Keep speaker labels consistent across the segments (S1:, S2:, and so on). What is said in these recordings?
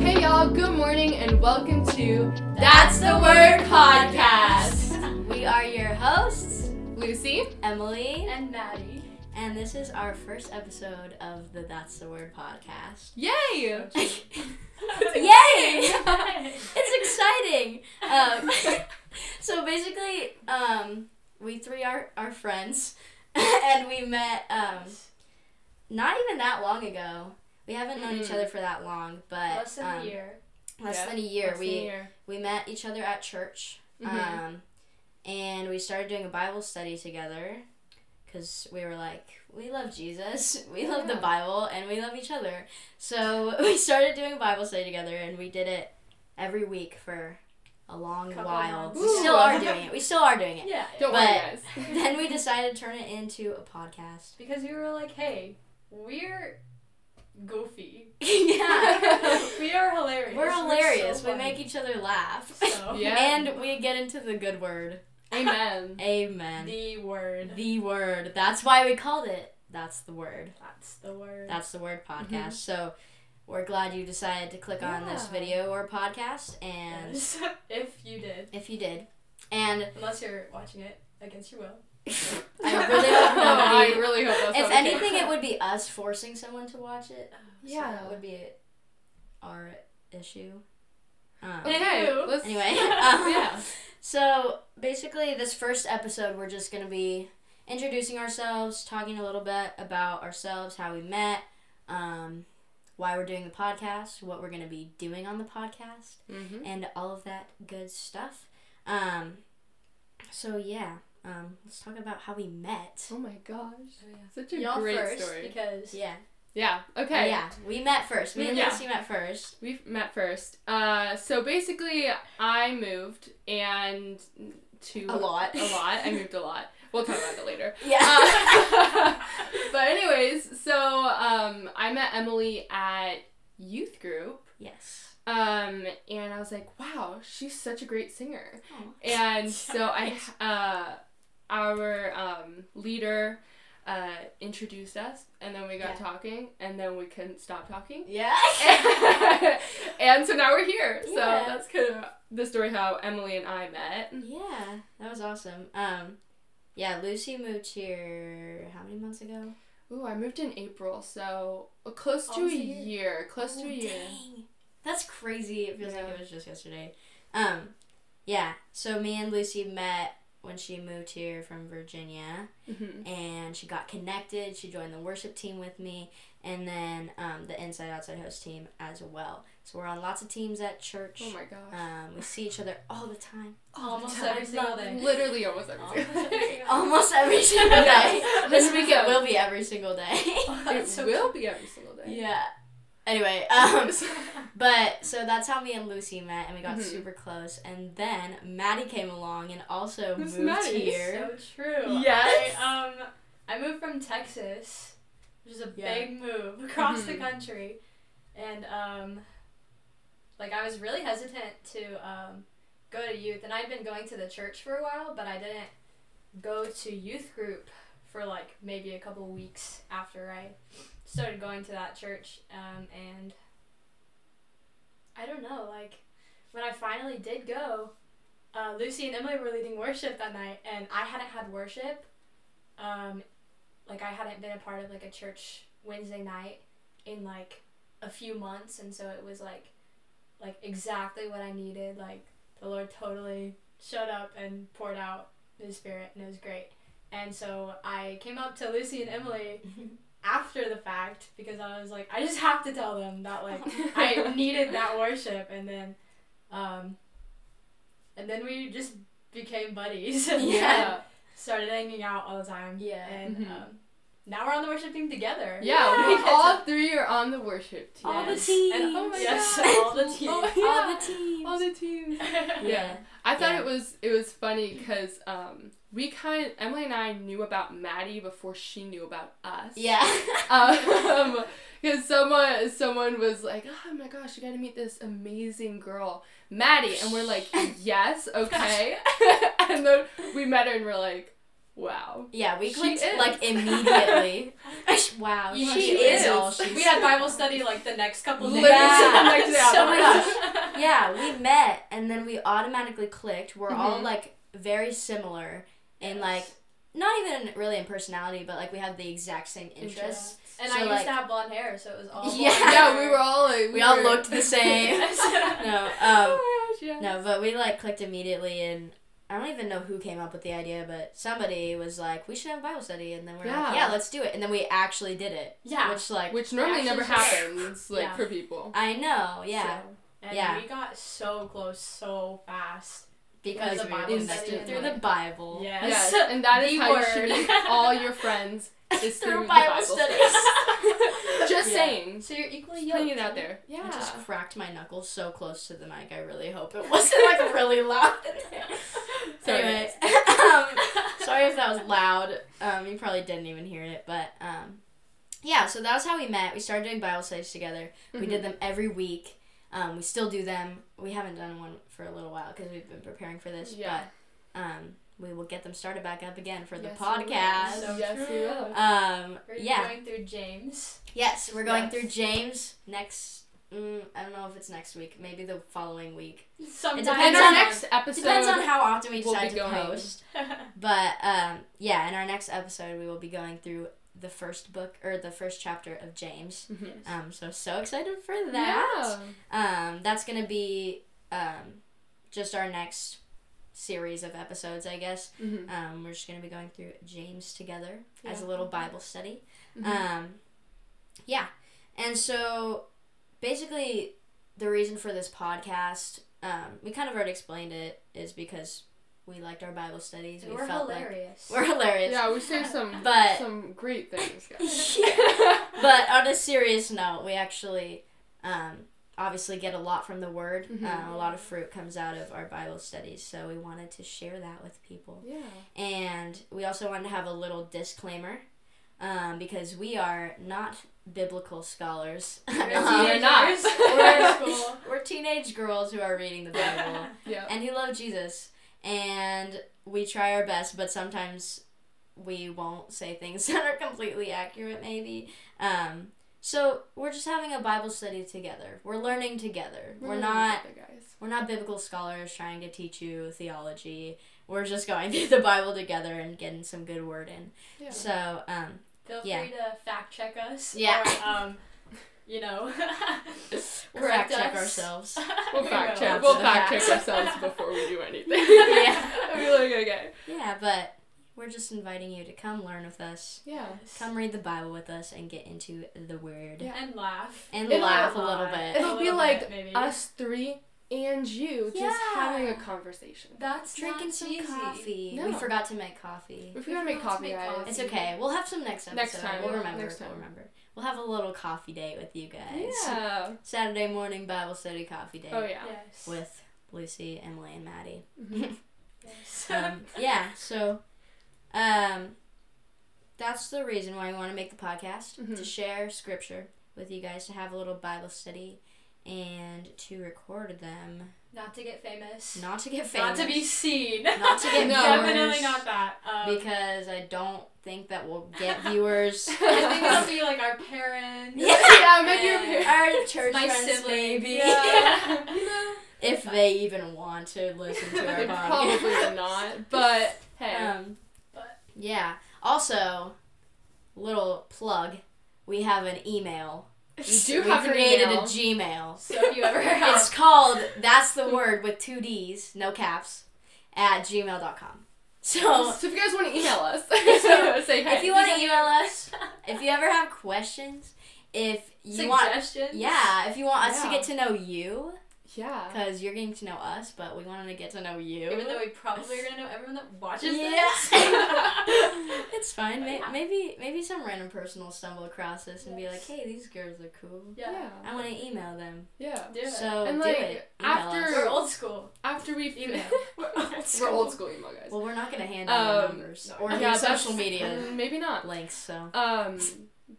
S1: Hey y'all, good morning and welcome to That's the Word Podcast.
S2: We are your hosts,
S1: Lucy
S2: Emily,
S1: and Maddie.
S2: and this is our first episode of the That's the Word podcast.
S1: Yay!
S2: Yay! it's exciting. Um, so basically, um, we three are, are friends, and we met um, not even that long ago. We haven't known each
S1: Mm-mm.
S2: other for that long, but
S3: Less than
S2: um,
S3: a year.
S2: Less
S1: Yeah,
S2: than a year. we
S1: Senior.
S2: we met each other at church.
S1: Mhm.
S3: Mm-hmm.
S2: Um, and we started doing a Bible study together because we were like, we love Jesus, we love the
S3: Yeah.
S2: Bible, and we love each other. So we started doing a Bible study together, and we did it every week for a long
S3: Couple
S2: while.
S3: months.
S2: We still
S1: Ooh.
S2: are doing it. We still are doing it.
S3: Yeah.
S1: Don't worry,
S2: but-
S1: guys.
S2: Then we decided to turn it into a podcast.
S3: Because we were like, hey, we're goofy.
S2: yeah.
S3: we are hilarious.
S2: We're hilarious.
S3: so
S2: we make each other laugh.
S3: funny. So,
S1: Yeah.
S2: And we get into the good word.
S1: Amen.
S2: Amen.
S3: The word.
S2: The word. That's why we called it. That's the word.
S3: That's the word.
S2: That's the word podcast.
S1: Mm-hmm.
S2: So we're glad you decided to click on this
S3: Yeah.
S2: video or podcast, and
S3: Yes. if you did.
S2: if you did, and
S3: Unless you're watching it against your will.
S2: Oh, I really
S1: No, I really hope
S2: hope nobody.
S1: that's
S2: if
S1: not the
S2: anything, it would be us forcing someone to watch it. so
S1: Yeah.
S2: that would be our issue. Um,
S1: case. Okay,
S3: Ew.
S1: let's.
S2: anyway, um,
S1: Yeah.
S2: So basically, this first episode, we're just going to be introducing ourselves, talking a little bit about ourselves, how we met, um, why we're doing the podcast, what we're going to be doing on the podcast,
S1: Mm-hmm.
S2: and all of that good stuff. Um, so, yeah, um, let's talk about how we met.
S1: Oh my gosh.
S3: Oh, yeah.
S1: Such a
S3: Y'all
S1: great
S3: first
S1: story.
S3: because
S2: Yeah.
S1: yeah, okay.
S2: Yeah, we met first. Me and
S1: Yeah.
S2: Lucy met first.
S1: We met first. Uh, so basically, I moved and to
S2: A lot.
S1: a lot. I moved a lot. We'll talk about that later.
S2: Yeah.
S1: Uh, but anyways, so um, I met Emily at youth group.
S2: yes.
S1: Um, and I was like, wow, she's such a great singer.
S2: Oh.
S1: And so I, uh, our um, leader uh, introduced us, and then we got
S2: Yeah.
S1: talking, and then we couldn't stop talking.
S2: Yeah.
S1: and so now we're here. So
S2: Yeah.
S1: that's kind of the story how Emily and I met.
S2: Yeah, that was awesome. Um, yeah, Lucy moved here how many months ago?
S1: Ooh, I moved in April, so close to a
S3: Almost a
S1: year.
S3: year.
S1: Close to a year.
S2: Oh, Dang. That's crazy. It feels
S1: Yeah.
S2: like it was just yesterday. Um, yeah, so me and Lucy met when she moved here from Virginia
S1: Mhm.
S2: and she got connected. She joined the worship team with me and then um, the Inside Outside Host team as well. So we're on lots of teams at church.
S1: Oh my gosh.
S2: um, we see each other all the time.
S3: almost
S1: Time.
S3: Oh, every single day.
S1: Literally almost every
S3: Almost
S1: single
S3: every
S1: day.
S3: single
S2: Almost every single day.
S3: Yes.
S2: this week it will be every single day.
S3: Oh,
S1: It
S3: that's so
S1: will be every single day.
S2: Yeah. Anyway, um,
S3: cute.
S2: but so that's how me and Lucy met, and we got
S1: Mhm.
S2: super close. And then Maddie came along and also
S1: Who's
S2: moved
S1: Maddie?
S2: here.
S3: So true.
S1: Yes.
S3: I, um, I moved from Texas, which is a
S2: Yeah.
S3: big move across
S1: Mhm.
S3: the country, and um, like I was really hesitant to um, go to youth, and I'd been going to the church for a while, but I didn't go to youth group for like maybe a couple weeks after I started going to that church, um, and I don't know, like when I finally did go, uh, Lucy and Emily were leading worship that night, and I hadn't had worship. Um, like I hadn't been a part of like a church Wednesday night in like a few months, and so it was like, like exactly what I needed. Like the Lord totally showed up and poured out His Spirit, and it was great. And so I came up to Lucy and Emily after the fact because I was like, I just have to tell them that like I needed that worship, and then, um, and then we just became buddies. and
S2: Yeah.
S3: started hanging out all the time.
S2: Yeah.
S3: and
S1: Mhm.
S3: um, now we're on the worship team together.
S1: Yeah,
S3: Because
S1: we all three are on the worship team.
S2: All the
S3: Yes.
S2: teams.
S3: And-
S1: oh my
S3: yes,
S1: God.
S3: all the team.
S1: Oh,
S2: All
S1: yeah.
S2: the teams.
S1: All the teams.
S2: yeah.
S1: I thought
S2: Yeah.
S1: it was it was funny because um, we kind Emily and I knew about Maddie before she knew about us.
S2: Yeah.
S1: Um, because someone someone was like, oh my gosh, you gotta meet this amazing girl, Maddie, and we're like, yes, okay, and then we met her and we're like, wow.
S2: yeah, we
S1: She
S2: clicked
S1: is.
S2: like immediately. wow,
S3: You know,
S2: she,
S3: she
S2: is,
S3: is.
S2: all she's.
S3: We had Bible study like the next couple days.
S1: Literally the next day.
S2: So
S1: I'm like,
S2: yeah, we met and then we automatically clicked. We're all
S1: Mhm.
S2: like very similar in like not even really in personality, but like we have the exact same interests.
S3: And
S2: So,
S3: I used
S2: like-
S3: to have blonde hair, so it was all.
S2: Yeah.
S3: blonde
S1: yeah,
S3: hair.
S1: we were all like,
S2: Oh We all
S1: were-
S2: looked the same. No, um,
S1: oh my gosh, yeah.
S2: no, but we like clicked immediately, and I don't even know who came up with the idea, but somebody was like, "We should have Bible study," and then we're
S1: Yeah.
S2: like, "Yeah, let's do it," and then we actually did it,
S3: Yeah.
S2: which like
S1: Which normally never
S3: Reactions.
S1: happens, like
S3: Yeah.
S1: for people.
S2: I know, yeah,
S1: So,
S3: And
S2: Yeah.
S3: we got so close so fast.
S2: because
S3: the
S2: we
S3: Bible
S2: were
S1: study
S2: connected
S1: and,
S2: through
S1: like-
S2: the Bible,
S3: Yes.
S1: yes, and that is
S3: The
S1: how you should
S3: word.
S1: meet all your friends is through,
S2: through
S1: the
S2: Bible,
S1: Bible
S2: studies.
S1: Just
S3: Yeah.
S1: saying.
S3: So you're equally
S1: Just
S3: yoked.
S1: putting it out there. Yeah.
S2: I just cracked my knuckles so close to the mic. I really hope it wasn't like really loud.
S1: Sorry.
S2: Anyway, um, sorry if that was loud. Um, you probably didn't even hear it, but um, yeah. So that was how we met. We started doing Bible studies together. We
S1: Mm-hmm.
S2: did them every week. Um, we still do them. We haven't done one for a little while because we've been preparing for this.
S1: Yeah.
S2: But um, we will get them started back up again for the
S1: Yes, we will.
S2: podcast.
S3: So
S1: yes,
S3: true.
S1: we will.
S2: um,
S3: We're
S2: yeah.
S3: going through James.
S2: Yes, we're going
S1: Yes.
S2: through James next. Mm, I don't know if it's next week. Maybe the following week.
S3: Sometimes.
S1: And
S2: Depends
S1: our
S2: on-
S1: next
S2: It
S1: episode.
S2: depends on how often we
S1: we'll
S2: decide
S1: be
S2: to
S1: going.
S2: post. But um, yeah, in our next episode, we will be going through the first book or the first chapter of James.
S1: Mhm.
S2: Um, so so excited for that. Um, that's gonna be um, just our next series of episodes, I guess.
S1: Yeah. Mhm.
S2: Um, we're just gonna be going through James together as a
S1: Yeah.
S2: little Bible study.
S3: Mm-hmm.
S1: Mhm.
S2: Um, yeah. And so basically, the reason for this podcast, um, we kind of already explained it, is because we liked our Bible studies.
S3: And
S2: we
S3: we're
S2: felt
S3: hilarious.
S2: like we're hilarious.
S1: yeah, we say some
S2: But-
S1: some great things, guys.
S2: but on a serious note, we actually um, obviously get a lot from the Word.
S1: Mhm.
S2: Uh, a lot of fruit comes out of our Bible studies. So we wanted to share that with people.
S1: Yeah.
S2: And we also wanted to have a little disclaimer um, because we are not biblical scholars.
S1: We're
S2: Um,
S1: teenagers. not.
S3: We're in school.
S2: we're teenage girls who are reading the Bible
S3: Oh.
S1: Yeah.
S2: and who love Jesus. And we try our best, but sometimes we won't say things that are completely accurate, maybe. Um, so we're just having a Bible study together. We're learning together. We're
S3: Mm.
S1: really
S2: not
S1: good guys.
S2: we're not biblical scholars trying to teach you theology. We're just going through the Bible together and getting some good word in.
S1: Yeah.
S2: So, um,
S3: Feel
S2: Yeah.
S3: free to fact check us.
S2: Yeah.
S3: Or, um, you know.
S2: we'll fact
S3: Correct
S2: check
S3: us.
S2: ourselves.
S1: We'll
S3: We
S1: fact
S3: will.
S1: check.
S2: That's
S1: We'll
S2: a
S1: fact
S2: fact.
S1: check ourselves before we do anything.
S2: Yeah.
S1: I'll be like, okay.
S2: yeah, but we're just inviting you to come learn with us,
S1: Yeah.
S2: come read the Bible with us, and get into the word
S1: Yeah.
S3: And laugh.
S2: and
S1: It'll
S2: laugh a
S1: be
S2: little
S3: lot.
S2: bit.
S1: It'll
S3: A
S1: be
S3: little
S1: like
S3: bit, maybe.
S1: Us three and you just
S2: Yeah.
S1: having a conversation.
S3: That's
S2: Drinking
S3: not
S2: some
S3: cheesy.
S2: coffee. We
S1: No.
S2: forgot to make coffee.
S1: We forgot to
S3: We
S1: make
S3: forgot to
S1: coffee,
S3: make
S1: guys.
S3: coffee.
S2: It's okay. We'll have some next episode.
S1: Next time.
S2: We'll remember.
S1: Next
S2: We'll
S1: time.
S2: remember. We'll have a little coffee day with you guys.
S1: Yeah.
S2: Saturday morning Bible study coffee day
S1: Oh yeah.
S3: Yes.
S2: with Lucy, Emily, and Maddie.
S1: Mhm.
S3: Yes.
S2: um, yeah, so um, that's the reason why we want to make the podcast
S1: Mhm.
S2: to share scripture with you guys, to have a little Bible study, and to record them.
S3: Not to get famous.
S2: Not to get
S3: Not
S2: famous.
S3: to be seen.
S2: Not to get
S1: No.
S2: viewers.
S3: Definitely not that. Um,
S2: Because I don't think that we'll get viewers.
S3: I think it'll be like our parents.
S1: yeah, maybe you're
S3: Yeah.
S2: Our church
S3: My
S2: friends,
S3: siblings.
S2: maybe,
S3: Yeah.
S2: if they even want to listen to our
S1: They
S2: podcast.
S1: probably not, but hey.
S2: Um,
S3: But-
S2: yeah. Also, little plug. We have an email.
S1: we do
S2: we
S1: have an
S2: created
S1: email.
S2: a Gmail.
S3: so if you ever
S2: It's
S3: have
S2: called That's the Word with two D's, no caps, at gmail.com. So
S1: so if you guys want to email us, so say hey.
S2: if you want to email us, if you ever have questions, if you want.
S3: suggestions,
S2: Yeah, if you want us to
S1: Yeah.
S2: get to know you,
S1: yeah.
S2: because you're getting to know us, but we wanted to get to know you.
S3: Uh-huh. even though we probably are gonna know everyone that watches
S2: Yeah.
S3: this.
S2: It's fine. May-
S3: Yeah.
S2: Maybe maybe some random person will stumble across this and
S3: Yes.
S2: be like, "Hey, these girls are cool.
S1: Yeah.
S3: yeah.
S2: I want to email them."
S1: Yeah.
S3: Do it.
S2: So
S1: And,
S2: do
S1: like,
S2: it. Email
S1: after-
S2: us.
S3: We're old school.
S1: After after we
S3: Email.
S1: we're old school email guys.
S2: Well, we're not gonna hand out
S1: Um,
S2: numbers
S3: no.
S2: or
S3: Yeah,
S2: your
S1: that's-
S2: social media
S1: Mm, Maybe not.
S2: links. So
S1: Um,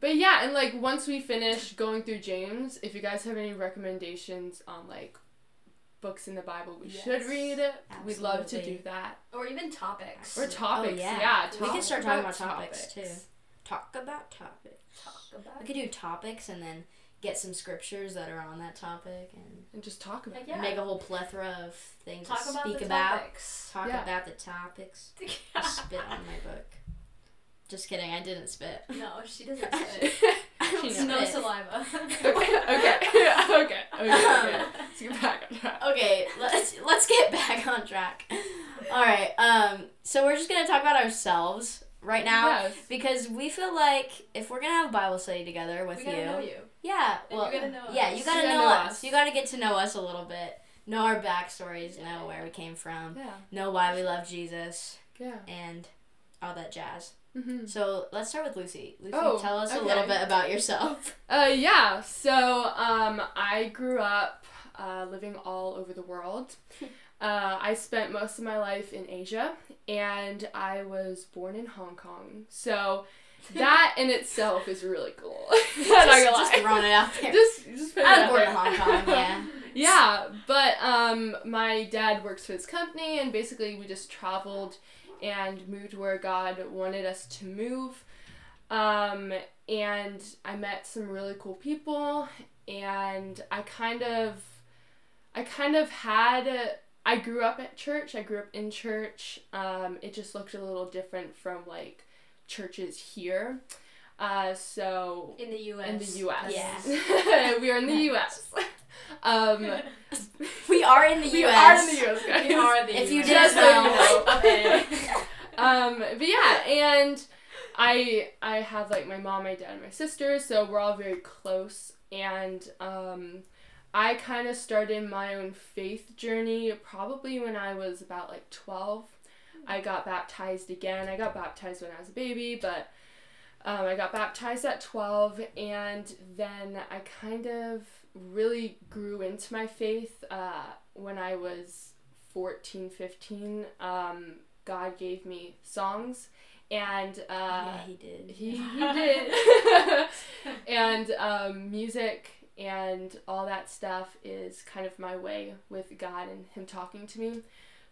S1: but yeah, and like once we finish going through James, if you guys have any recommendations on like books in the Bible we
S3: Yes.
S1: should read, we'd love to
S2: Absolutely. Oh,
S1: do that.
S3: Or even topics.
S1: Or topics,
S2: yeah.
S1: yeah.
S2: we can
S1: talk
S2: start talking about topics, too. Talk about topics.
S3: Talk about
S2: We could do topics and then get some scriptures that are on that topic and
S1: And just talk about
S3: Like,
S1: it.
S3: yeah.
S2: make a whole plethora of things
S3: Talk
S2: to
S3: about
S2: speak
S3: the
S2: about.
S3: topics.
S2: Talk
S1: Yeah.
S2: about the topics. I spit on my book. Just kidding, I didn't spit.
S3: no, she doesn't say it.
S2: I don't
S1: She
S2: spit.
S3: No saliva.
S1: okay, okay, okay, okay,
S2: Um,
S1: okay. Let's get back on track.
S2: okay, let's let's get back on track. All right. Um so we're just going to talk about ourselves right now
S1: Yes.
S2: because we feel like if we're going to have Bible study together with
S3: we gotta
S2: you,
S3: know you.
S2: yeah,
S3: And
S2: well
S3: you gotta know
S2: yeah, you got to
S3: us.
S1: You gotta
S2: know
S1: know
S2: us.
S1: us.
S2: You got to get to know us a little bit. Know our backstories, know where we came from,
S1: Yeah,
S2: know why we love Jesus
S1: yeah.
S2: and all that jazz.
S1: Mm-hmm.
S2: So, let's start with Lucy. Lucy,
S1: Oh,
S2: tell us a
S1: okay.
S2: little bit about yourself.
S1: Uh, yeah, so um, I grew up uh, living all over the world. Uh, I spent most of my life in Asia and I was born in Hong Kong. So that in itself is really cool. Not gonna
S2: just, just
S1: lie.
S2: throwing it out there.
S1: Just, just put it
S2: I was
S1: out
S2: born in
S1: there.
S2: Hong Kong, yeah.
S1: Yeah, but um, my dad works for this company, and basically we just traveled and moved where God wanted us to move. Um, and I met some really cool people, and I kind of, I kind of had. a- I grew up at church. I grew up in church. Um, it just looked a little different from like churches here. Uh, so
S3: In the U.S.
S1: in the U.S.
S2: Yes.
S1: we are in the U.S. Um,
S2: We are in the
S1: we are
S2: US.
S1: in the U.S. guys.
S3: We are the
S2: If you
S3: US.
S1: Just so you know.
S3: Okay.
S1: Um, but yeah, and I I have like my mom, my dad, and my sister, so we're all very close. And um, I kind of started my own faith journey probably when I was about like twelve. I got baptized again. I got baptized when I was a baby, but um, I got baptized at 12, and then I kind of really grew into my faith uh, when I was 14, 15. Um, God gave me songs, and uh,
S2: yeah, he did.
S1: he, he did. and um, music and all that stuff is kind of my way with God and Him talking to me.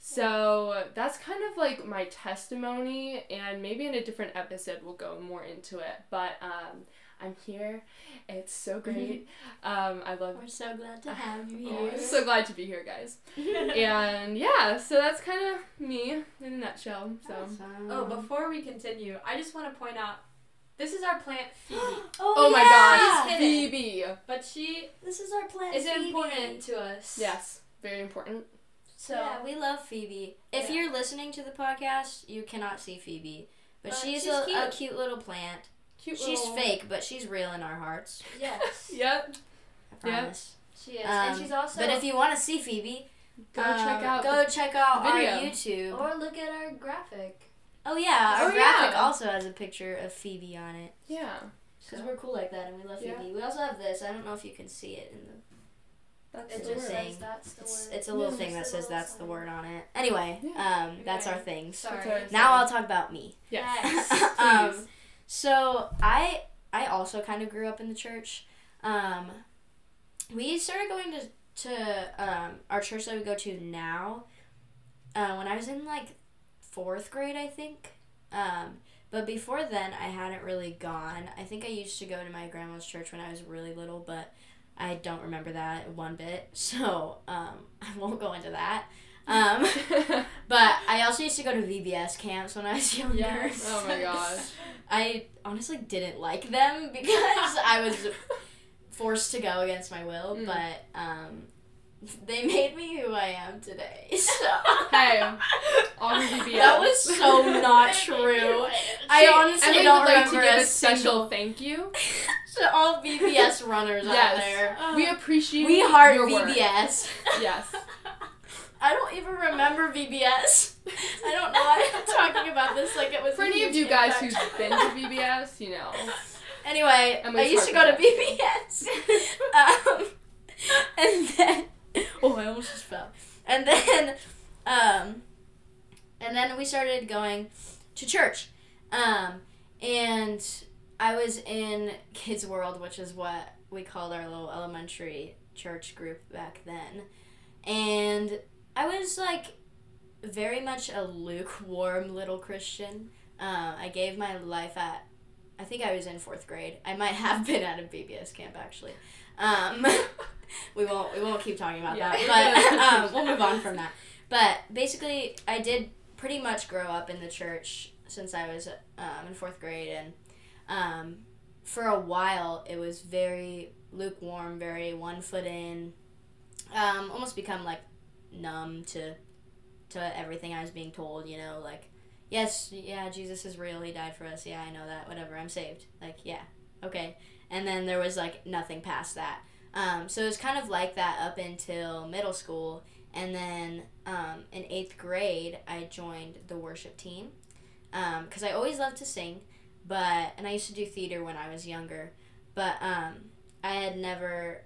S1: So that's kind of like my testimony, and maybe in a different episode we'll go more into it. But um, I'm here. It's so
S2: Mm-hmm.
S1: great. Um, I love.
S2: We're so glad to have you
S1: Oh,
S2: here.
S1: I'm so glad to be here, guys. and yeah, so that's kind of me in a nutshell. So.
S2: Awesome.
S3: Oh, before we continue, I just want to point out this is our plant Phoebe,
S1: Oh my
S2: yeah!
S1: gosh,
S3: She's hidden.
S1: Phoebe.
S3: but she
S2: This is our plan.
S3: is
S2: Phoebe.
S3: important to us.
S1: Yes, very important.
S3: So
S2: yeah, we love Phoebe. If
S3: Yeah.
S2: you're listening to the podcast, you cannot see Phoebe, but
S3: But
S2: she's,
S3: she's
S2: a,
S3: cute.
S2: a cute little plant.
S1: Cute
S2: she's
S1: little-
S2: fake, but she's real in our hearts.
S3: yes,
S1: Yep.
S2: I
S1: Yeah.
S2: promise.
S3: she is,
S2: Um,
S3: and she's also.
S2: but if you want to see Phoebe,
S1: Go
S2: um,
S1: check out.
S2: Go check out our
S1: video.
S2: YouTube.
S3: or look at our graphic.
S2: oh yeah, our
S1: Oh,
S2: graphic
S1: yeah.
S2: also has a picture of Phoebe on it.
S1: yeah,
S2: Because we're cool like that and we love
S1: Yeah.
S2: Phoebe. We also have this. I don't know if you can see it. In the,
S1: that's
S3: It
S2: It's
S1: the
S3: just
S1: word.
S2: saying-
S3: says that's the
S2: it's,
S3: word.
S2: it's a little
S1: Yeah.
S2: thing that
S3: Just a
S2: says
S3: little
S2: that's the
S3: sign.
S2: word on it. Anyway, um, that's our thing.
S3: Sorry.
S1: Sorry.
S2: Now I'll talk about me.
S1: Yes.
S3: Yes.
S2: um,
S1: Please.
S2: so I I also kind of grew up in the church. Um, we started going to to um, our church that we go to now uh, when I was in like fourth grade, I think. Um, but before then, I hadn't really gone. I think I used to go to my grandma's church when I was really little, but I don't remember that one bit. So um, I won't go into that. Um, but I also used to go to VBS camps when I was younger.
S3: Yes.
S1: oh my gosh.
S2: I honestly didn't like them because I was forced to go against my will,
S1: Mm.
S2: but um, they made me who I am today. So
S1: Hey, all the VBS.
S2: that was so not true. I honestly
S1: Emily
S2: don't
S1: would like to
S2: remember
S1: give
S2: a
S1: a
S2: single-
S1: special thank you.
S2: to all VBS runners out
S1: Yes.
S2: there.
S1: We appreciate
S2: We heart
S1: your work.
S2: VBS.
S1: Yes.
S2: I don't even remember VBS. I don't know why I'm talking about this like it was.
S1: For
S2: a
S1: any of
S2: huge
S1: you guys
S2: impact.
S1: who've been to VBS, you know.
S2: Anyway, I
S1: Emily's
S2: used to go to
S1: heart
S2: BBS. um, and then, oh, I almost just fell. I and then um, and then we started going to church um, and i was in kids world which is what we called our little elementary church group back then and i was like very much a lukewarm little christian uh, i gave my life at i think i was in fourth grade i might have been at a bbs camp actually um, we won't we won't keep talking about
S3: Yeah,
S2: that.
S1: we're
S2: But um,
S1: gonna-
S2: we'll move on from that. But basically, I did pretty much grow up in the church since I was um, in fourth grade, and um, for a while it was very lukewarm, very one foot in, um, almost become like numb to to everything I was being told. You know, like yes, yeah, Jesus is real. He died for us. Yeah, I know that. Whatever. I'm saved. Like yeah, okay. And then there was like nothing past that. Um, so it was kind of like that up until middle school. And then um, in eighth grade, I joined the worship team because I always loved to sing, but and I used to do theater when I was younger, but um, I had never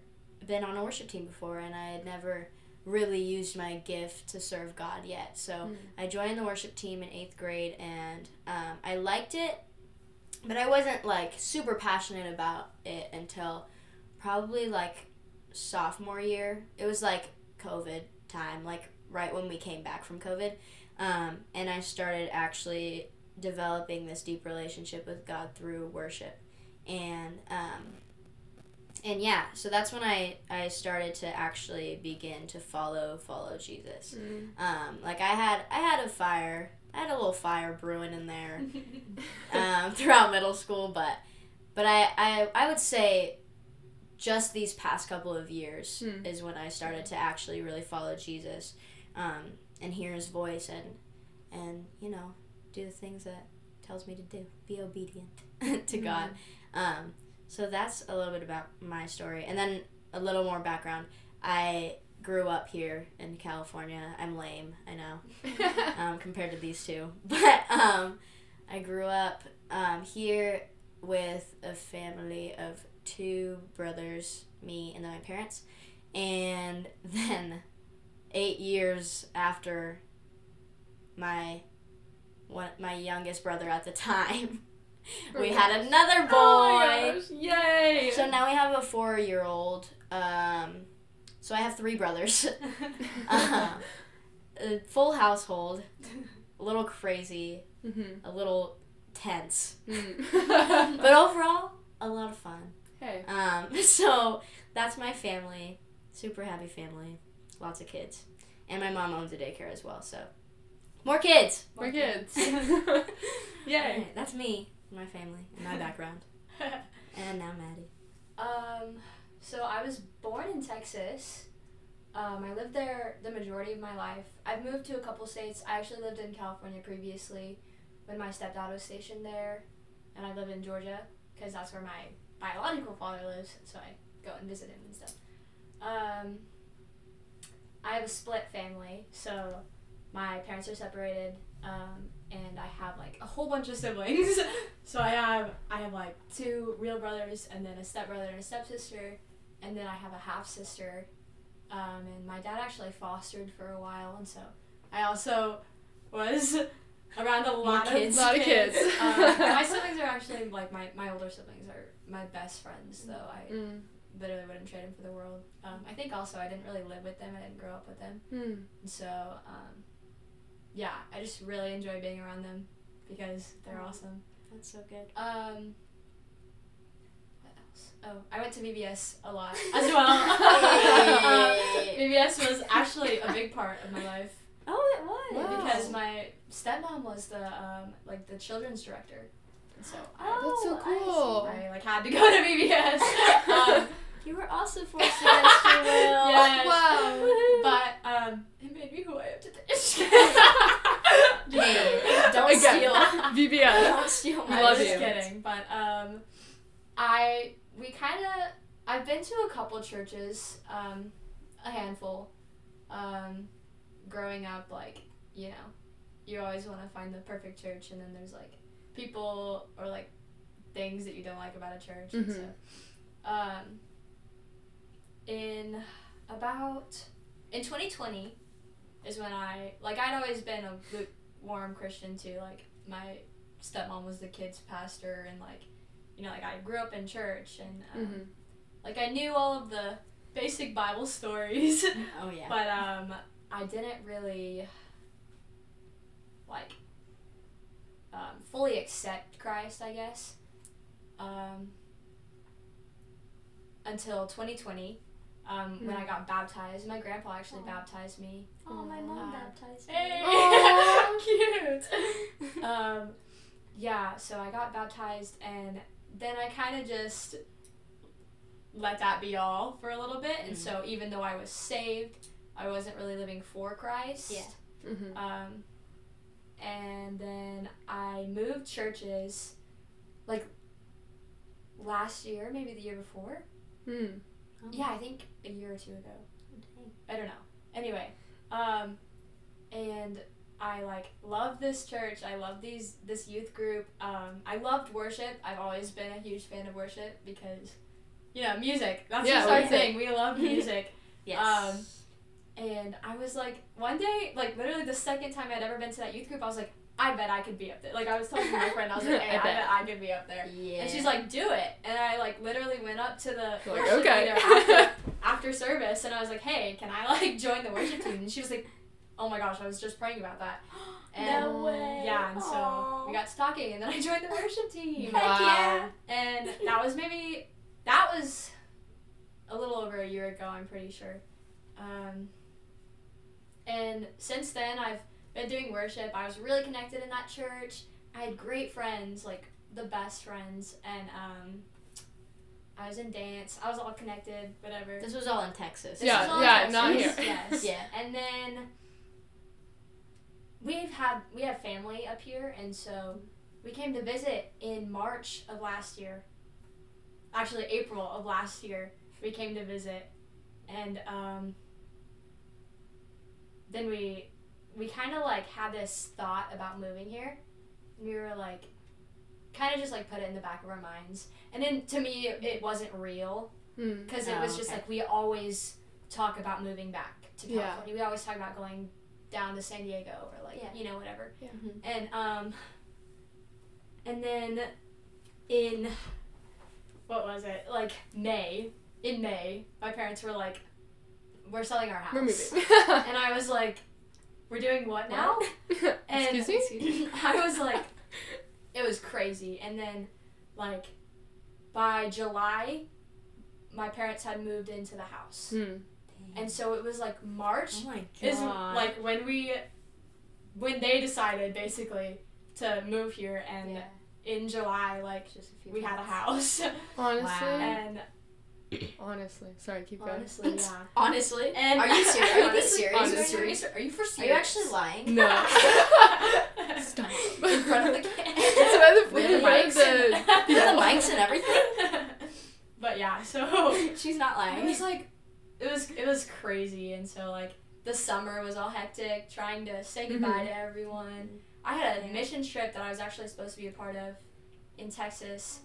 S2: been on a worship team before, and I had never really used my gift to serve God yet. So
S1: Mm.
S2: I joined the worship team in eighth grade, and um, I liked it, but I wasn't like super passionate about it until probably like sophomore year. It was like COVID time, like right when we came back from COVID. Um, and I started actually developing this deep relationship with God through worship, and um, and yeah, so that's when I I started to actually begin to follow follow Jesus.
S1: Mm-hmm.
S2: Um, like I had I had a fire, I had a little fire brewing in there um, throughout middle school, but but I, I I would say just these past couple of years
S1: Hmm.
S2: is when I started to actually really follow Jesus um, and hear His voice and and you know do the things that tells me to do, be obedient to God. Um, so that's a little bit about my story, and then a little more background. I grew up here in California. I'm lame, I know um, compared to these two. But um, I grew up um, here with a family of two brothers, me and then my parents. And then eight years after my one, my youngest brother at the time, we had another boy.
S1: Oh my gosh! Yay!
S2: So now we have a four year old. Um, so I have three brothers. um, a full household, a little crazy,
S1: Mhm.
S2: a little tense,
S1: Mm.
S2: but overall, a lot of fun.
S1: hey.
S2: Um, so that's my family. Super happy family. Lots of kids. And my mom owns a daycare as well, so more kids.
S1: We're kids. Yay.
S2: Alright, that's me, my family, and my background. and now Maddie.
S3: Um, so I was born in Texas. Um, I lived there the majority of my life. I've moved to a couple states. I actually lived in California previously when my stepdad was stationed there, and I live in Georgia because that's where my biological father lives, so I go and visit him and stuff. Um, I have a split family, so my parents are separated, um, and I have like a whole bunch of siblings. So I have I have like two real brothers and then a stepbrother and a stepsister, and then I have a half sister. Um, and my dad actually fostered for a while, and so I also was around a lot
S2: kids.
S3: of
S1: Lot of kids.
S3: um, my siblings are actually like my, my older siblings are my best friends, though I
S1: Mm.
S3: literally wouldn't trade them for the world. Um, I think also I didn't really live with them. I didn't grow up with them.
S1: Mm.
S3: And so, um, yeah, I just really enjoy being around them because they're
S1: Mm.
S3: awesome.
S2: That's so good.
S3: Um, what else? Oh, I went to VBS a lot as well. um,
S2: Hey.
S3: VBS was actually a big part of my life
S2: oh, it was.
S1: Wow.
S3: because my stepmom was the um, like the children's director, and so I,
S1: That's so
S2: Oh, I
S1: cool.
S3: I like had to go to VBS. um,
S2: see. You were also forced to answer, Will.
S3: Yes.
S1: Wow.
S3: but um, it made me who I am today. Just kidding.
S2: Hey, don't
S1: Again.
S2: steal.
S1: VBS.
S2: don't steal
S1: We
S2: my
S3: I
S1: love
S3: was
S1: you.
S3: just kidding, but um, I we kind of I've been to a couple churches, um, a handful, um, growing up. Like you know, you always want to find the perfect church, and then there's like people or like things that you don't like about a church. And
S1: Mhm.
S3: so, um, in about in 2020, is when I like I'd always been a lukewarm Christian too. Like my stepmom was the kids pastor, and like you know, like I grew up in church, and um,
S2: Mm-hmm.
S1: Mhm.
S3: like I knew all of the basic Bible stories,
S2: Oh yeah.
S3: but um, I didn't really like um, fully accept Christ, I guess, um, until 2020. Um, When
S1: Mm.
S3: I got baptized, my grandpa actually
S2: Aw.
S3: baptized me.
S2: oh, my
S3: Uh,
S2: mom baptized me.
S3: Hey,
S1: Aw.
S3: cute. Um, yeah, so I got baptized, and then I kind of just let that be all for a little bit. And
S2: Mhm.
S3: so even though I was saved, I wasn't really living for Christ.
S2: Yeah.
S1: Mhm.
S3: Um, and then I moved churches, like last year, maybe the year before.
S1: Mm.
S2: Oh.
S3: Yeah, I think a year or two ago.
S2: Dang.
S3: I don't know. Anyway, um, and I like love this church. I love these this youth group. Um, I loved worship. I've always been a huge fan of worship because, you know, music. That's
S1: Yeah,
S3: just our
S1: music.
S3: thing. We love music.
S2: Yes.
S3: Um, and I was like, one day, like literally the second time I'd ever been to that youth group, I was like, I bet I could be up there. Like I was telling my friend, I was like,
S1: I
S3: hey,
S1: bet.
S3: I, bet I could be up there.
S2: yeah.
S3: And she's like, do it. And I like literally went up to the
S1: You're like,
S3: worship
S1: "Okay."
S3: leader after, after service and I was like, hey, can I like join the worship team? And she was like, oh my gosh, I was just praying about that. And
S2: no way.
S3: yeah, and so
S2: Aw.
S3: we got to talking and then I joined the worship team.
S2: Heck yeah.
S3: And that was maybe, that was a little over a year ago, I'm pretty sure. Um, and since then, I've been doing worship. I was really connected in that church. I had great friends, like the best friends, and um, I was in dance. I was all connected, whatever.
S2: This was all in Texas.
S3: This
S1: Yeah,
S3: is all
S1: yeah, not
S3: Texas,
S1: here.
S3: Yes.
S2: Yeah.
S3: And then we've had we have family up here, and so we came to visit in March of last year. Actually, April of last year, we came to visit, and um, then we we kind of like had this thought about moving here. And we were like, kind of just like put it in the back of our minds, and then to me, it wasn't real
S1: Mm.
S3: because it
S2: Oh,
S3: was just
S2: okay.
S3: like we always talk about moving back to
S1: Yeah.
S3: California. We always talk about going down to San Diego or like
S2: Yeah.
S3: you know whatever.
S1: Yeah.
S2: Mhm.
S3: And um, and then in what was it like May? In May, my parents were like, "We're selling our house,"
S1: We're moving.
S3: and I was like, "We're doing what now?" And
S1: Excuse me?
S3: I was like, it was crazy. And then, like, by July, my parents had moved into the house.
S1: Mm.
S3: And so it was like March
S2: oh my god.
S3: is like when we, when they decided basically to move here. And
S2: Yeah.
S3: in July, like,
S2: Just a few
S3: we had a
S2: months.
S3: house.
S1: Honestly,
S2: Wow.
S3: and
S1: honestly, sorry, keep going.
S3: honestly, yeah.
S2: Honestly.
S3: And
S2: Are you serious? Are you being serious?
S3: Honestly, Are you
S1: Honestly.
S3: serious? Are you for serious?
S2: Are you actually lying?
S1: No,
S3: Stop.
S2: In front of the kids.
S1: it's about the,
S2: Really?
S1: the right the
S2: With the mics and everything.
S3: but yeah, so
S2: She's not
S3: it
S2: lying.
S3: was like, it was it was crazy, and so like the summer was all hectic, trying to say goodbye to everyone. I had a
S2: Yeah.
S3: mission trip that I was actually supposed to be a part of in Texas,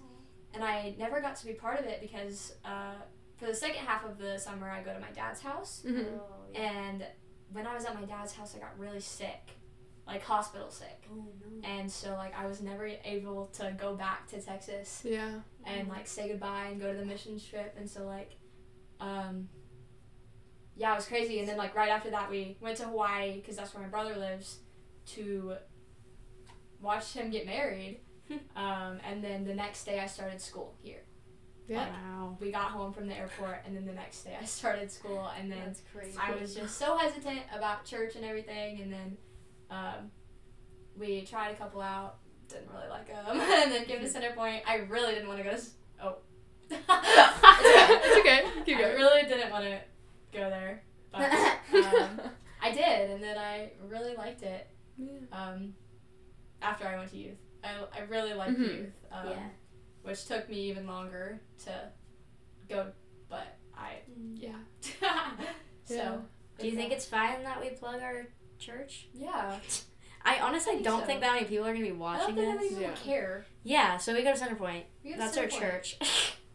S3: and I never got to be part of it because uh, for the second half of the summer I go to my dad's house,
S2: Mm-hmm.
S1: Mhm.
S3: and when I was at my dad's house I got really sick, like hospital sick, and so like I was never able to go back to Texas
S1: Yeah.
S3: and like say goodbye and go to the mission trip and so like um yeah it was crazy and then like right after that we went to hawaii because that's where my brother lives to watch him get married um, and then the next day i started school here
S1: Yeah.
S2: Wow.
S3: we got home from the airport and then the next day i started school and then
S2: That's crazy.
S3: I was just so hesitant about church and everything, and then um, we tried a couple out, didn't really like them, and then came to Center Point. I really didn't want to go to. s- Oh.
S1: It's okay. Keep
S3: I
S1: going.
S3: really didn't want to go there, but um, I did, and then I really liked it. Um, after I went to youth, I, I really liked
S1: Mhm.
S3: youth, um,
S2: Mm-hmm. Yeah.
S3: which took me even longer to go, but I yeah. so
S1: Yeah.
S2: Do you think it's fine that we plug our church?
S3: yeah?
S2: I honestly
S3: think
S2: don't
S3: so.
S2: think that many people are gonna be watching
S3: I don't
S2: this.
S3: think anyone
S1: Yeah.
S3: would care.
S2: Yeah, so we go to Centerpoint.
S3: We have
S2: That's our
S3: Cinepoint.
S2: church.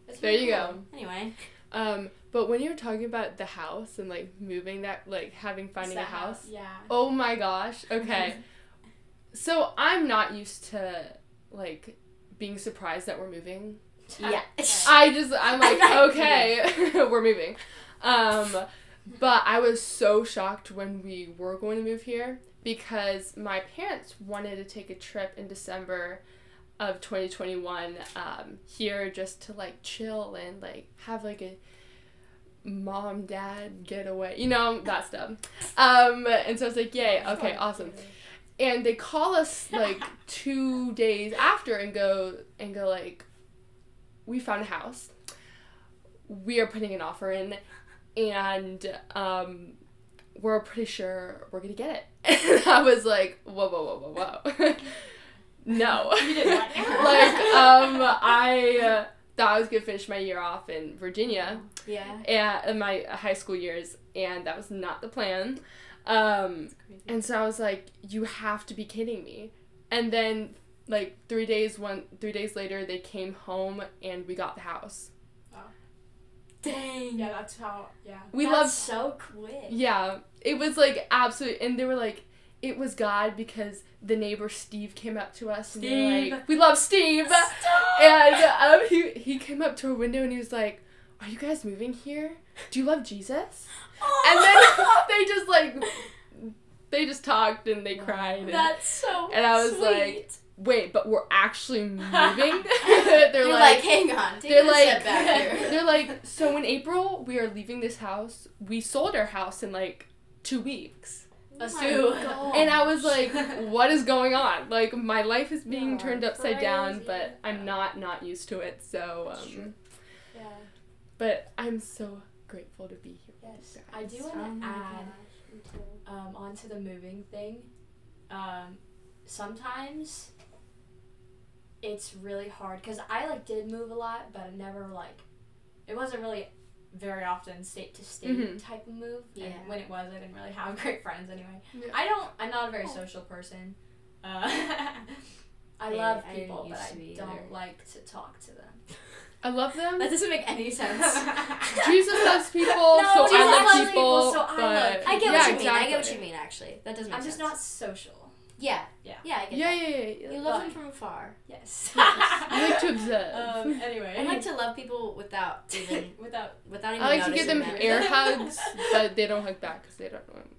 S3: That's
S1: There
S3: really
S1: you
S3: cool.
S1: go.
S2: anyway,
S1: Um, But when you're talking about the house and like moving that, like having finding a
S3: That
S1: house,
S3: Yeah.
S1: oh my gosh. Okay. so I'm not used to like being surprised that we're moving.
S2: Yeah.
S1: I just I'm like
S2: Right.
S1: okay, we're moving. Um, but I was so shocked when we were going to move here because my parents wanted to take a trip in December of 2021 um, here just to like chill and like have like a mom dad getaway you know that stuff um and so i was like yay okay awesome and they call us like two days after and go and go like we found a house we are putting an offer in and um we're pretty sure we're gonna get it and i was like whoa whoa whoa whoa whoa no
S3: You didn't like it.
S1: like um i uh, thought i was gonna finish my year off in virginia
S2: Yeah.
S1: and in my high school years and that was not the plan um and so I was like, "You have to be kidding me!" And then, like three days one three days later, they came home and we got the house.
S2: Dang.
S3: Yeah, that's how. Yeah.
S1: We
S2: That's
S1: loved,
S2: so quick.
S1: yeah. It was like absolute, and they were like, "It was God," because the neighbor Steve came up to us and they were
S2: Steve.
S1: like, "We love Steve," and um, he he came up to our window and he was like, "Are you guys moving here? Do you love Jesus?" And then they just like they just talked and they cried. And,
S2: that's so.
S1: And I was
S2: sweet.
S1: like, wait, but we're actually moving.
S3: They're
S1: they're
S2: You're like,
S1: like,
S2: hang on, take
S1: they're
S2: a
S1: like,
S2: step back here.
S1: they're like, so in April we are leaving this house. We sold our house in like two weeks,
S2: Oh my
S3: Sue.
S2: gosh.
S1: and I was like, what is going on? Like my life is being
S3: You are
S1: turned upside down,
S3: crazy.
S1: but I'm not not used to it. So,
S3: That's true.
S1: um,
S3: Yeah.
S1: but I'm so grateful to be here.
S3: Yes.
S1: Guys.
S3: I do
S2: Oh
S3: want to
S2: my
S3: add
S2: gosh, me too.
S3: um, onto the moving thing, um, sometimes it's really hard because I like did move a lot, but I never like it wasn't really very often state to state
S1: Mhm.
S3: type of move.
S2: Mm-hmm. Yeah.
S3: And when it was, I didn't really have great friends anyway.
S1: Yeah.
S3: I don't. I'm not a very
S2: Oh.
S3: social person. Uh, I
S2: I-
S3: love
S2: I
S3: people,
S2: didn't
S3: but
S2: used
S3: I
S2: to be
S3: don't
S2: either.
S3: like to talk to them.
S1: I love them.
S2: That doesn't make any sense.
S1: Jesus loves people,
S3: No,
S1: so
S2: Jesus
S1: I
S2: loves
S1: love people.
S3: people, so I love
S1: but-
S3: people.
S2: I get
S1: yeah,
S2: what you mean. I get
S1: exactly.
S2: what you mean. Actually, that does make
S3: I'm
S2: sense.
S3: just not social.
S2: Yeah.
S3: Yeah.
S2: Yeah. I get
S1: Yeah,
S2: that.
S1: yeah, yeah. yeah.
S2: You love them
S3: But-
S2: from afar.
S3: Yes.
S1: I like to observe.
S2: Oh,
S3: um, anyway,
S2: I like to love people without even
S3: without
S2: without even.
S1: I like to give
S2: noticing
S1: them
S2: that.
S1: air hugs, but they don't hug back because they don't know I'm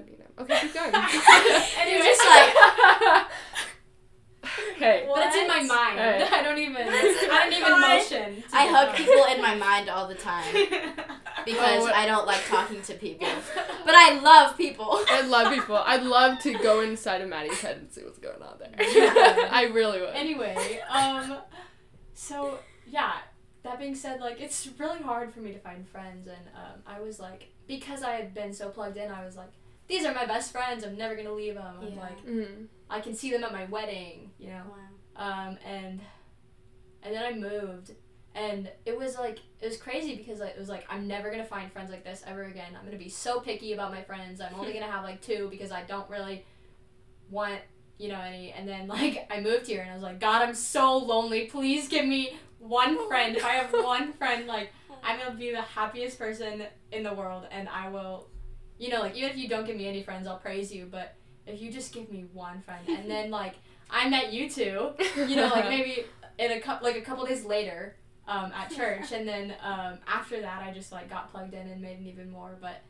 S1: hugging them. Okay, keep going.
S2: You're
S3: anyway,
S2: just like
S1: hey.
S3: But it's in my
S2: What?
S3: mind.
S1: Alright.
S3: I don't even.
S2: That's in
S3: I don't
S2: my
S3: even
S2: mind.
S3: motion. to
S2: I
S3: the
S2: hug
S3: phone.
S2: people in my mind all the time because
S1: Oh.
S2: I don't like talking to people,
S3: Oh.
S2: but I love people.
S1: I love people. I'd love to go inside of Maddie's head and see what's going on there.
S3: Yeah.
S1: I really would.
S3: anyway, um, so yeah. That being said, like it's really hard for me to find friends, and um, I was like, because I had been so plugged in, I was like, these are my best friends. I'm never gonna leave them. I'm
S2: Yeah.
S3: like,
S1: Mhm.
S3: I can see them at my wedding. You know. um, and and then I moved, and it was like it was crazy because like, it was like I'm never gonna find friends like this ever again. I'm gonna be so picky about my friends. I'm only gonna have like two because I don't really want you know any. And then like I moved here, and I was like, God, I'm so lonely. Please give me one friend. If I have one friend, like I'm gonna be the happiest person in the world, and I will, you know, like even if you don't give me any friends, I'll praise you. But if you just give me one friend, and then like I met you two, you know, like maybe in a couple, like a couple days later, um, at church, and then um, after that, I just like got plugged in and made an even more. But,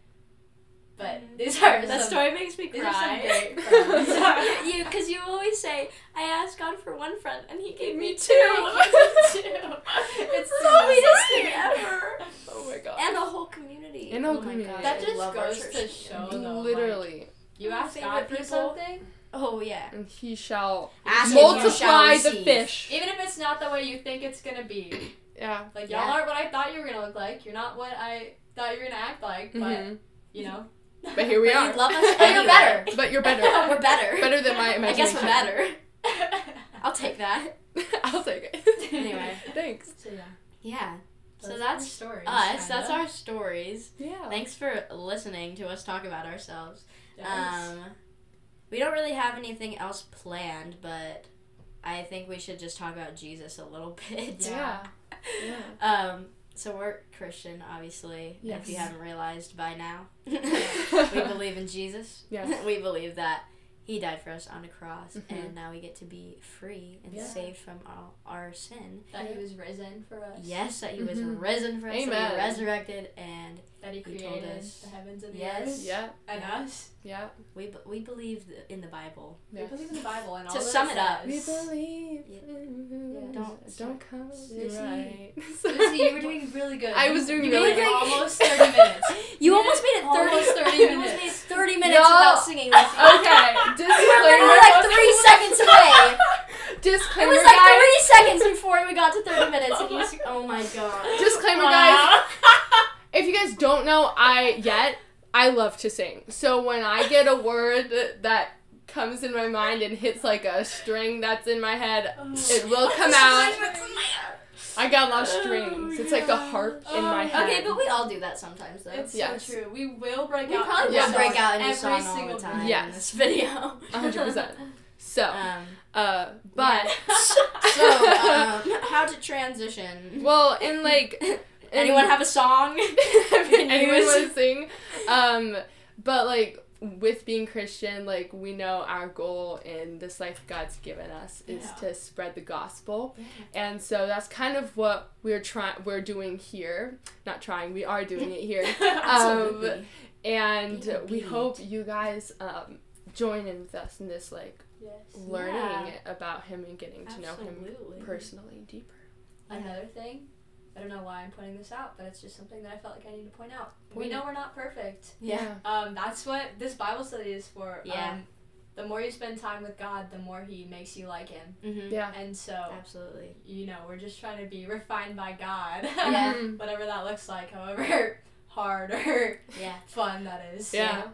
S3: but
S2: Mhm.
S3: these are
S2: That
S3: some,
S2: story makes me
S3: these are some
S2: cry.
S3: great friends.
S2: you, because you always say, "I asked God for one friend, and He gave me two.
S3: Thank you, too. It's
S2: It's
S3: so
S2: the sweetest
S3: sweet.
S2: thing ever,
S1: Oh my god.
S2: and a whole community.
S1: And a whole
S2: oh my
S1: community.
S2: gosh,
S1: That
S2: I
S3: just
S2: love our
S3: goes
S2: church community.
S3: to show the-
S1: Literally.
S3: you asked
S2: Favorite
S3: God for
S2: people?
S3: something,
S2: Oh yeah.
S1: And he shall
S2: Ask
S3: and you
S1: multiply
S2: shall
S1: the
S2: receive.
S1: fish.
S3: even if it's not the way you think it's gonna be.
S1: yeah.
S3: Like y'all
S2: Yeah.
S3: aren't what I thought you were gonna look like. You're not what I thought you were gonna act like. But
S1: Mhm.
S3: you know,
S1: But here we
S2: Mm-hmm. But
S1: are.
S2: You love us.
S3: But you're
S2: anyway.
S3: better.
S1: But you're better.
S2: We're better.
S1: better than my
S2: I guess
S1: imagination.
S2: we're better. I'll take that.
S1: I'll take it.
S2: Anyway.
S1: Thanks.
S3: So yeah.
S2: Yeah. So
S3: those are
S2: that's
S3: stories,
S2: Us.
S3: kinda.
S2: That's our stories.
S1: Yeah.
S2: Thanks for listening to us talk about ourselves.
S3: Yes.
S2: Um, we don't really have anything else planned, but I think we should just talk about Jesus a little bit.
S1: Yeah.
S3: Yeah.
S1: Yeah.
S2: Um, So we're Christian, obviously, if you
S1: Yes.
S2: haven't realized by now. we
S1: yeah.
S2: believe in Jesus.
S1: Yes.
S2: we believe that he died for us on a cross,
S1: Mhm.
S2: and now we get to be free and
S3: Yeah.
S2: saved from all our sin.
S3: That he was risen for us.
S2: Yes, that he was
S1: Mhm.
S2: risen for us, that
S1: Amen.
S2: he resurrected, and
S3: That he
S2: He
S3: created
S2: told us.
S3: the heavens and the
S2: Yes.
S3: earth.
S1: Yeah.
S3: And
S2: Yeah.
S3: us.
S1: Yeah.
S2: we b- we believe th- in the Bible.
S1: Yeah.
S3: We believe in the Bible and
S2: To
S3: all that
S2: sum it up.
S1: We
S3: says.
S1: believe.
S2: Yeah.
S1: in-
S2: Yeah.
S1: Don't
S2: Don't-
S1: don't come.
S3: Susie.
S1: Right.
S3: Lucy, you were doing really good.
S1: I was doing
S3: you
S1: really
S3: made it
S1: good.
S3: Almost thirty minutes.
S2: You
S3: did
S2: almost made it thirty.
S3: almost 30
S2: you almost
S3: minutes.
S2: made it thirty minutes
S1: Y'all-
S2: without singing. Lucy.
S1: okay.
S2: We're
S1: Disclaimer.
S2: literally like three seconds away. It
S1: Disclaimer,
S2: was like
S1: guys.
S2: three seconds before we got to thirty minutes. And you s- oh my god.
S1: Disclaimer, guys.
S3: Wow.
S1: If you guys don't know, I yet I love to sing. So when I get a word that comes in my mind and hits like a string that's in my head,
S3: Oh,
S1: it will come out. I got a lot of strings. It's like the harp in my
S3: Oh,
S1: head.
S2: Okay, but we all do that sometimes though.
S3: It's
S1: Yes.
S3: so true. We will break
S2: We
S3: out.
S2: probably
S1: Yeah.
S2: will break out into
S3: every
S2: song all
S3: single
S2: the time in
S1: Yes.
S2: this video.
S1: hundred percent. So,
S2: Um,
S1: uh, but
S2: so, um, how to transition?
S1: well, in like in-
S2: Anyone have a song? Can
S1: anyone
S2: use-
S1: want to sing? Um, but like with being Christian, like we know our goal in this life God's given us is
S3: Yeah.
S1: to spread the gospel.
S2: Yeah.
S1: And so that's kind of what we're trying we're doing here. Not trying, we are doing it here.
S2: Absolutely.
S1: and
S2: Being
S1: we
S2: obedient.
S1: hope you guys um join in with us in this like
S3: Yes.
S1: learning
S2: Yeah.
S1: about him and getting to know him
S2: Absolutely.
S1: personally deeper.
S3: Another thing, I don't know why I'm pointing this out, but it's just something that I felt like I need to point out.
S1: Point
S3: we
S1: it.
S3: know we're not perfect.
S2: yeah.
S3: Um, that's what this Bible study is for.
S2: Yeah.
S3: Um, the more you spend time with God, the more He makes you like Him.
S1: Yeah.
S2: Mm-hmm.
S1: Yeah.
S3: And so,
S2: Absolutely.
S3: you know, we're just trying to be refined by God.
S2: Yeah.
S1: Mhm.
S3: Whatever that looks like, however hard or
S2: Yeah.
S3: fun that is. you
S1: Yeah.
S3: know?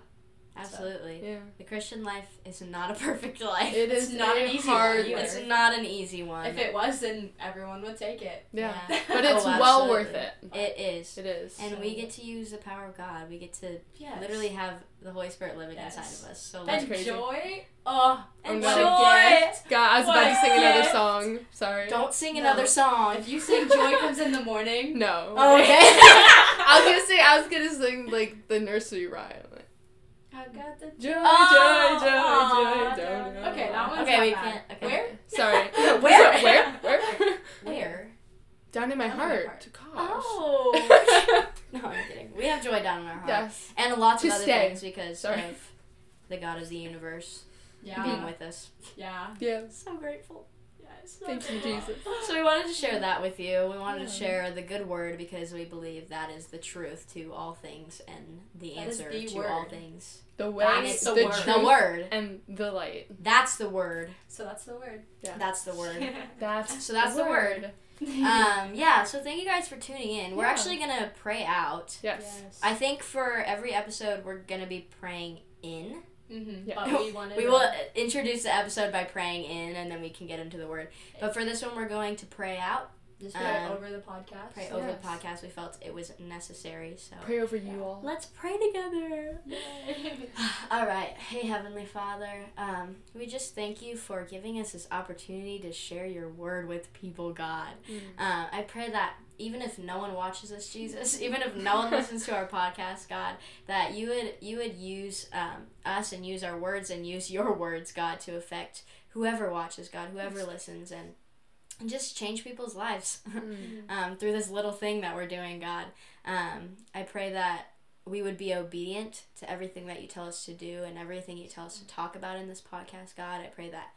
S2: Absolutely.
S1: Yeah.
S2: The Christian life is not a perfect life.
S1: It
S3: It's
S1: is
S3: not
S1: a
S3: an easy
S1: hard
S3: one either.
S2: It's not an easy one.
S3: If it was, then everyone would take it.
S1: Yeah.
S2: Yeah.
S1: But
S2: Oh,
S1: it's well
S2: absolutely.
S1: worth it.
S2: It is.
S1: It is.
S2: And
S3: So-
S2: we get to use the power of God. We get to
S3: Yes.
S2: literally have the Holy Spirit living
S3: Yes.
S2: inside of us. So
S1: That's
S2: like,
S3: And
S1: crazy.
S3: joy. Oh,
S1: Oh,
S3: and
S1: no.
S3: joy.
S1: God, I was
S3: What
S1: about to sing
S3: a
S1: another
S3: gift.
S1: song. Sorry.
S2: don't sing
S3: No.
S2: another song.
S3: If you sing joy comes in the morning,
S1: No.
S2: Oh, okay.
S1: I was gonna sing. I was gonna sing like the nursery rhyme. Like,
S3: I've got the
S1: joy, joy, joy,
S2: Oh,
S1: joy, don't know.
S3: Okay, that one's
S2: Okay,
S3: not
S2: we
S3: bad.
S2: can't- okay.
S3: Where?
S1: Sorry.
S3: Where?
S1: Where? Where?
S2: Where?
S1: Down in my
S3: Down in my
S1: heart. Gosh.
S3: Oh.
S2: No, I'm kidding. We have joy down in our heart.
S1: yes.
S2: And lots
S1: To
S2: of other
S1: stay.
S2: things because
S1: Sorry.
S2: of the God of the universe being
S3: yeah.
S2: with us.
S3: Yeah.
S1: Yeah.
S2: So grateful.
S3: Yes.
S1: Thank you, Jesus.
S2: So we wanted to share that with you. We wanted
S1: Yeah.
S2: to share the good word because we believe that is the truth to all things and the
S3: That is
S2: answer
S3: the
S2: to all
S3: word.
S2: things.
S1: The way,
S2: That
S3: is
S2: is
S1: the,
S3: the word.
S1: truth,
S2: The word.
S1: and the light.
S2: That's the word.
S3: So that's the word.
S1: Yeah.
S2: That's the word.
S1: That's
S2: So that's the word. Um, yeah, so thank you guys for tuning in. We're
S1: Yeah.
S2: actually going to pray out.
S1: Yes.
S2: I think for every episode, we're going to be praying in.
S3: Mm-hmm.
S1: Yeah.
S3: But we wanted.
S2: We
S3: to-
S2: will uh, introduce the episode by praying in, and then we can get into the word. But for this one, we're going to pray out,
S3: just pray
S2: um,
S3: over the podcast.
S2: pray over the
S1: Yes.
S2: podcast. We felt it was necessary, so
S1: Pray over you all.
S2: let's pray together. All right, hey Heavenly Father, um, we just thank you for giving us this opportunity to share your word with people, God.
S1: Mm.
S2: Uh, I pray that even if no one watches us, Jesus, even if no one listens to our podcast, God, that you would you would use um, us and use our words and use your words, God, to affect whoever watches, God, whoever listens, and and just change people's lives
S1: Mm.
S2: um, through this little thing that we're doing, God. Um, I pray that we would be obedient to everything that you tell us to do and everything you tell us to talk about in this podcast, God. I pray that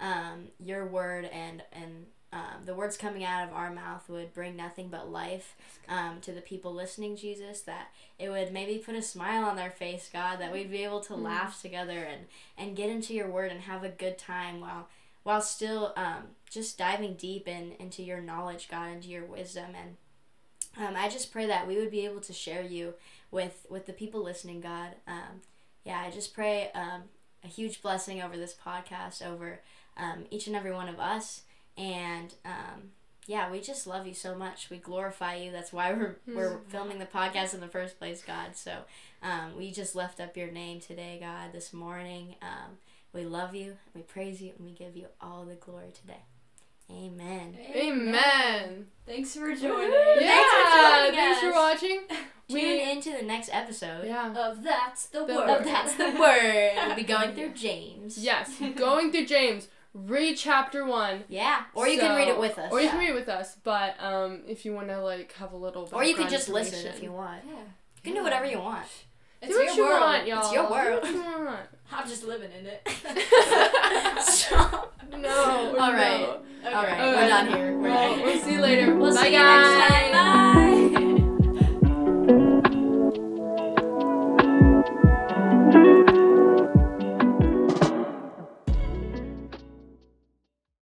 S2: um, your word and and um, the words coming out of our mouth would bring nothing but life um, to the people listening, Jesus. That it would maybe put a smile on their face, God. That we'd be able to
S1: Mm.
S2: laugh together and and get into your word and have a good time while while still um, just diving deep in into your knowledge, God, into your wisdom, and um, I just pray that we would be able to share you with with the people listening, God. Um, yeah, I just pray um, a huge blessing over this podcast, over um, each and every one of us, and um, yeah, we just love you so much. We glorify you. That's why we're we're filming the podcast in the first place, God. So um, we just lift up your name today, God. This morning, um, we love you, we praise you, and we give you all the glory today. Amen.
S1: Amen.
S3: Thanks for joining
S1: Yeah,
S2: joining
S1: thanks for
S2: us.
S1: watching.
S2: Tune
S1: We
S2: into the next episode
S1: yeah.
S3: of That's the
S1: The
S3: Word.
S2: of That's the Word. We'll be going through James.
S1: Yes, going through James, read chapter one.
S2: Yeah. Or you can read it
S1: So-
S2: with us.
S1: Or you can read it with us, but um, if you want to like have a little.
S2: Or you can
S1: background
S2: just listen
S1: information.
S2: if you want.
S3: Yeah.
S2: You can do whatever you want.
S1: Do what you want, y'all.
S2: It's your world.
S1: Do what you want.
S3: I'm just living in it.
S2: So,
S1: No.
S2: All right.
S1: no.
S2: all right,
S1: Okay.
S2: we're done here. We're
S1: Well,
S2: done.
S1: we'll see you later.
S2: We'll
S1: Bye,
S2: see you
S1: guys.
S2: next